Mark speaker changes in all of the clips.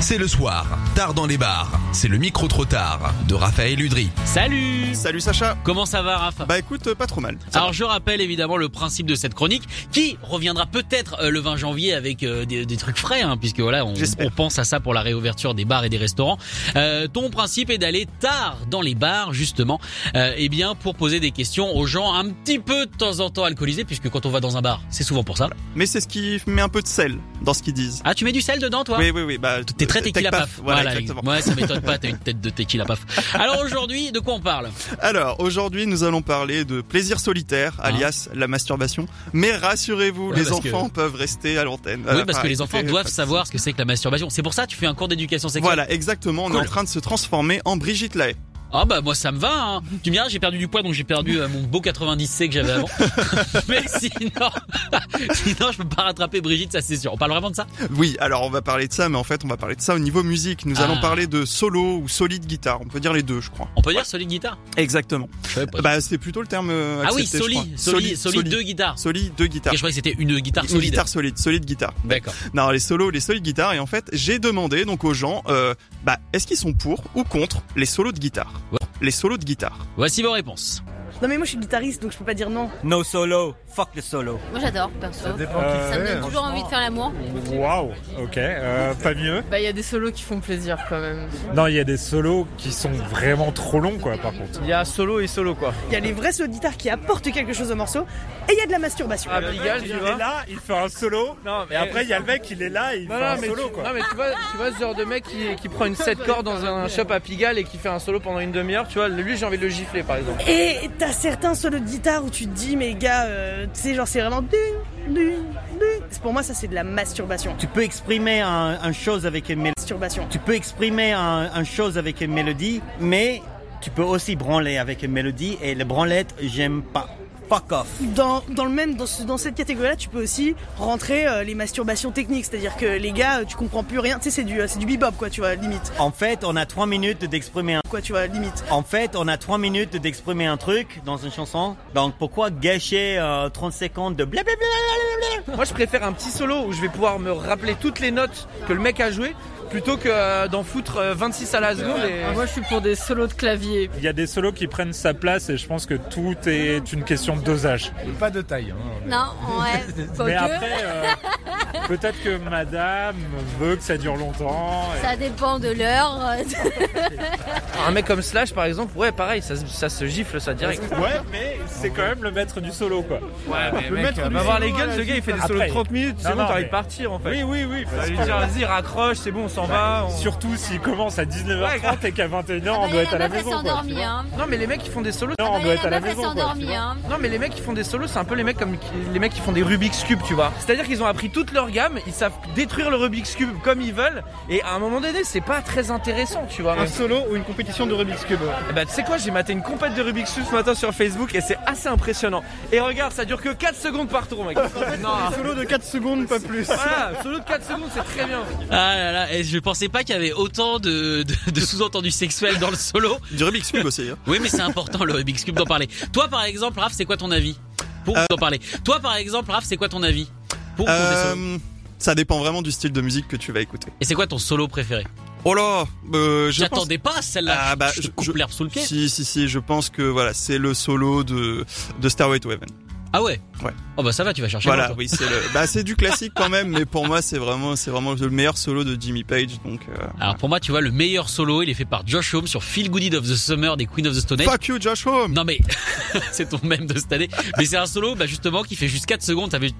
Speaker 1: C'est le soir, tard dans les bars. C'est le micro trop tard de Raphaël Udry.
Speaker 2: Salut
Speaker 3: Salut Sacha
Speaker 2: Comment ça va Raph
Speaker 3: Bah écoute, euh, pas trop mal. Ça
Speaker 2: Alors je rappelle évidemment le principe de cette chronique qui reviendra peut-être euh, le 20 janvier avec euh, des, des trucs frais hein, puisque voilà on,
Speaker 3: J'espère.
Speaker 2: on pense à ça pour la réouverture des bars et des restaurants. Euh, ton principe est d'aller tard dans les bars justement euh, eh bien pour poser des questions aux gens un petit peu de temps en temps alcoolisés puisque quand on va dans un bar c'est souvent pour ça.
Speaker 3: va. Mais c'est ce qui met un peu de sel dans ce qu'ils disent.
Speaker 2: Ah tu mets du sel dedans toi
Speaker 3: Oui, oui, oui. Bah,
Speaker 2: T'es très tequila
Speaker 3: tech
Speaker 2: paf.
Speaker 3: paf, Voilà, exactement.
Speaker 2: Ouais, ça m'étonne pas, t'as une tête de tequila paf. Alors aujourd'hui, de quoi on parle
Speaker 3: Alors aujourd'hui, nous allons parler de plaisir solitaire, alias la masturbation. Mais rassurez-vous,
Speaker 2: Ah. Ouais,
Speaker 3: les
Speaker 2: parce que-
Speaker 3: enfants peuvent rester à l'antenne.
Speaker 2: Oui,
Speaker 3: Euh,
Speaker 2: parce
Speaker 3: enfin,
Speaker 2: que les enfants
Speaker 3: écoutez,
Speaker 2: doivent
Speaker 3: pas de
Speaker 2: savoir ce que c'est que la masturbation. C'est pour ça que tu fais un cours d'éducation
Speaker 3: soucis.
Speaker 2: sexuelle.
Speaker 3: Voilà, exactement. On
Speaker 2: Cool.
Speaker 3: est en train de se transformer en Brigitte Lahaye.
Speaker 2: Ah bah moi ça me va. Hein. Tu me diras, j'ai perdu du poids donc j'ai perdu euh, mon beau 90C que j'avais avant. Mais sinon, sinon je peux pas rattraper Brigitte, ça c'est sûr. On parle vraiment de ça
Speaker 3: Oui, alors on va parler de ça, mais en fait, on va parler de ça au niveau musique. Nous
Speaker 2: Ah.
Speaker 3: allons parler de solo ou solide guitare. On peut dire les deux, je crois.
Speaker 2: On peut dire solide guitare
Speaker 3: Exactement.
Speaker 2: pas.
Speaker 3: Bah, c'est plutôt le terme. euh,
Speaker 2: Ah oui,
Speaker 3: accepté, je crois.
Speaker 2: solide, solide, solide deux guitares.
Speaker 3: Solide, deux guitares.
Speaker 2: Et je croyais que c'était une guitare
Speaker 3: Une
Speaker 2: solide.
Speaker 3: guitare solide, solide guitare.
Speaker 2: D'accord.
Speaker 3: Non, les solos, les solos de guitare. Et en fait, j'ai demandé donc aux gens, euh, bah, est-ce qu'ils sont pour ou contre les solos de guitare
Speaker 2: Ouais.
Speaker 3: Les solos de guitare.
Speaker 2: Voici vos réponses.
Speaker 4: Non mais moi je suis guitariste donc je peux pas dire non.
Speaker 5: No solo, fuck le solo.
Speaker 6: Moi j'adore, perso. Ça,
Speaker 7: Euh,
Speaker 6: me donne
Speaker 7: ouais.
Speaker 6: toujours envie de faire l'amour.
Speaker 7: Waouh, ok, euh, pas mieux.
Speaker 8: Bah, il y a des solos qui font plaisir quand même.
Speaker 7: Non, il y a des solos qui sont vraiment trop longs, quoi, par contre.
Speaker 5: Il y a solo et solo quoi.
Speaker 4: Il y a les vrais solos de guitare qui apportent quelque chose au morceau et Ah, il y a de la masturbation.
Speaker 5: Pigalle, tu vois.
Speaker 7: là, il fait un solo,
Speaker 5: Non, mais-
Speaker 7: et après, il y a le mec, il est là, et il
Speaker 8: Non,
Speaker 7: fait
Speaker 8: non,
Speaker 7: un
Speaker 8: mais,
Speaker 7: solo,
Speaker 8: tu,
Speaker 7: quoi.
Speaker 8: non, Ah, mais tu vois, tu vois ce genre de mec qui, qui prend une 7 cordes dans un shop à Pigalle et qui fait un solo pendant une demi-heure, tu vois, lui j'ai envie de le gifler par exemple.
Speaker 4: Et t'as certains solos de guitare où tu te dis mais gars, euh, tu sais genre c'est vraiment du, du, du. Pour moi ça c'est de la masturbation.
Speaker 5: Tu peux exprimer un, un chose avec une mél-
Speaker 4: Masturbation.
Speaker 5: Tu peux exprimer un, un chose avec une mélodie, mais tu peux aussi branler avec une mélodie et les branlettes, j'aime pas. Fuck off.
Speaker 4: Dans, dans le même dans, ce- dans cette catégorie là tu peux aussi rentrer euh, les masturbations techniques c'est-à-dire que les gars euh, tu comprends plus rien tu sais c'est du euh, c'est du bebop quoi tu vois limite
Speaker 5: En fait, on a trois minutes d'exprimer un.
Speaker 4: quoi tu vois limite
Speaker 5: En fait, on a trois minutes d'exprimer un truc dans une chanson. Donc pourquoi gâcher euh, 30 secondes de blablabla
Speaker 8: Moi je préfère un petit solo où je vais pouvoir me rappeler toutes les notes que le mec a joué plutôt que euh, d'en foutre euh, 26 à la seconde et...
Speaker 9: Ah, moi, je suis pour des solos de clavier.
Speaker 7: Il y a des solos qui prennent sa place, et je pense que tout est une question de dosage.
Speaker 8: Pas de taille. hein.
Speaker 6: Non, ouais, faut
Speaker 7: Mais
Speaker 6: que.
Speaker 7: après, euh, peut-être que madame veut que ça dure longtemps. et-
Speaker 6: Ça dépend de l'heure.
Speaker 8: Un mec comme Slash par exemple, ouais pareil, ça, se- ça se gifle ça direct.
Speaker 7: Ouais, mais c'est quand même le maître du solo, quoi.
Speaker 8: Ouais, mais
Speaker 7: mec, euh,
Speaker 8: va voir les gueules, ce gars il fait des solos de
Speaker 7: Après.
Speaker 8: 30 minutes, c'est
Speaker 7: Non,
Speaker 8: bon,
Speaker 7: non,
Speaker 8: t'as envie
Speaker 7: mais-
Speaker 8: de partir en fait.
Speaker 7: Oui, oui, oui.
Speaker 8: Vas-y, vas-y, raccroche, c'est bon, on s'en va. on-
Speaker 7: Surtout s'il commence à 19h30 et qu'à 21h,
Speaker 6: Ah bah,
Speaker 7: on doit être à la maison. quoi, tu vois.
Speaker 6: s'endormir. Hein.
Speaker 8: Non, mais les mecs qui font des solos.
Speaker 6: Ah bah,
Speaker 7: Non, on doit être à la
Speaker 6: meuf, elle
Speaker 7: maison. quoi, tu
Speaker 6: s'endormit.
Speaker 7: vois.
Speaker 6: Hein.
Speaker 8: Non, mais les mecs qui font des solos, c'est un peu les mecs comme les mecs qui font des Rubik's Cube, tu vois. C'est-à-dire qu'ils ont appris toute leur gamme, ils savent détruire le Rubik's Cube comme ils veulent, et à un moment donné, c'est pas très intéressant, tu vois.
Speaker 5: solo ou une compétition de Rubik's Cube
Speaker 8: Eh ben, tu sais quoi, j'ai maté une compète de Rubik's Cube ce matin sur Facebook, et c'est assez impressionnant. Et regarde, ça dure que 4 secondes par tour, mec. non,
Speaker 5: Solo de 4 secondes, pas plus.
Speaker 8: voilà, solo de 4 secondes, c'est très bien.
Speaker 2: Ah là là, et je pensais pas qu'il y avait autant de, de, de sous-entendus sexuels dans le solo.
Speaker 3: Du Rubik's Cube aussi. hein.
Speaker 2: Oui mais c'est important le Rubik's Cube d'en parler. Toi par exemple, Raph, c'est quoi ton avis Pour
Speaker 3: Euh.
Speaker 2: d'en parler. Toi par exemple, Raph, c'est quoi ton avis Pour ou contre les solos
Speaker 3: Euh, ça dépend vraiment du style de musique que tu vas écouter.
Speaker 2: Et c'est quoi ton solo préféré
Speaker 3: Oh là, euh, je pense-
Speaker 2: J'attendais pas celle-là.
Speaker 3: Ah, bah,
Speaker 2: je te
Speaker 3: je-
Speaker 2: coupe
Speaker 3: je-
Speaker 2: l'herbe sous le pied.
Speaker 3: Si, si, si, je pense que voilà, c'est le solo de, de Starway to Heaven.
Speaker 2: Ah ouais.
Speaker 3: Ouais.
Speaker 2: Oh bah ça va, tu vas chercher. loin,
Speaker 3: Voilà,
Speaker 2: toi.
Speaker 3: oui, c'est le, bah, c'est du classique quand même, mais pour moi, c'est vraiment, c'est vraiment le meilleur solo de Jimmy Page, donc, euh,
Speaker 2: Alors pour moi, tu vois, le meilleur solo, il est fait par Josh Homme sur Feel Good It of the Summer des Queen of the Stone Age.
Speaker 3: Fuck you, Josh Homme!
Speaker 2: Non mais c'est ton même de cette année. Mais c'est un solo, bah justement, qui fait juste 4 secondes. Ça fait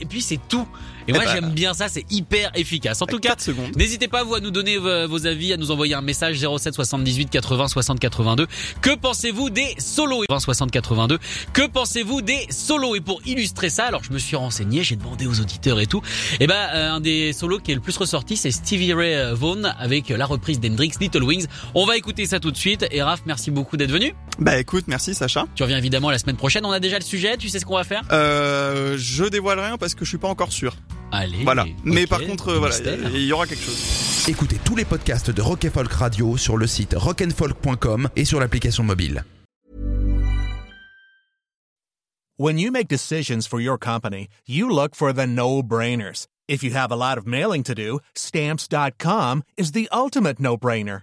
Speaker 2: et puis c'est tout. Et,
Speaker 3: Eh
Speaker 2: moi
Speaker 3: bah.
Speaker 2: j'aime bien ça, c'est hyper efficace. En tout cas,
Speaker 3: quatre secondes.
Speaker 2: n'hésitez pas vous à nous donner euh, vos avis, à nous envoyer un message 07 78 80 60 82. Que pensez-vous des solos 20 60 82. Que pensez-vous des solos Et pour illustrer ça, alors je me suis renseigné, j'ai demandé aux auditeurs et tout. Et ben euh, un des solos qui est le plus ressorti, c'est Stevie Ray euh, Vaughan avec euh, la reprise d'Hendrix Little Wings. On va écouter ça tout de suite. Et Raph, merci beaucoup d'être venu.
Speaker 3: Bah écoute, merci Sacha.
Speaker 2: Tu reviens évidemment la semaine prochaine. On a déjà le sujet. Tu sais ce qu'on va faire
Speaker 3: Euh, je dévoile rien parce que je suis pas encore sûr.
Speaker 2: Allez.
Speaker 3: Voilà. Mais
Speaker 2: ok,
Speaker 3: par contre, euh, voilà,
Speaker 2: mystère.
Speaker 3: il y aura quelque chose.
Speaker 10: Écoutez tous les podcasts de Rock and Folk Radio sur le site rockandfolk.com et sur l'application mobile.
Speaker 11: When you make decisions for your company, you look for the no brainers. If you have a lot of mailing to do, stamps.com is the ultimate no brainer.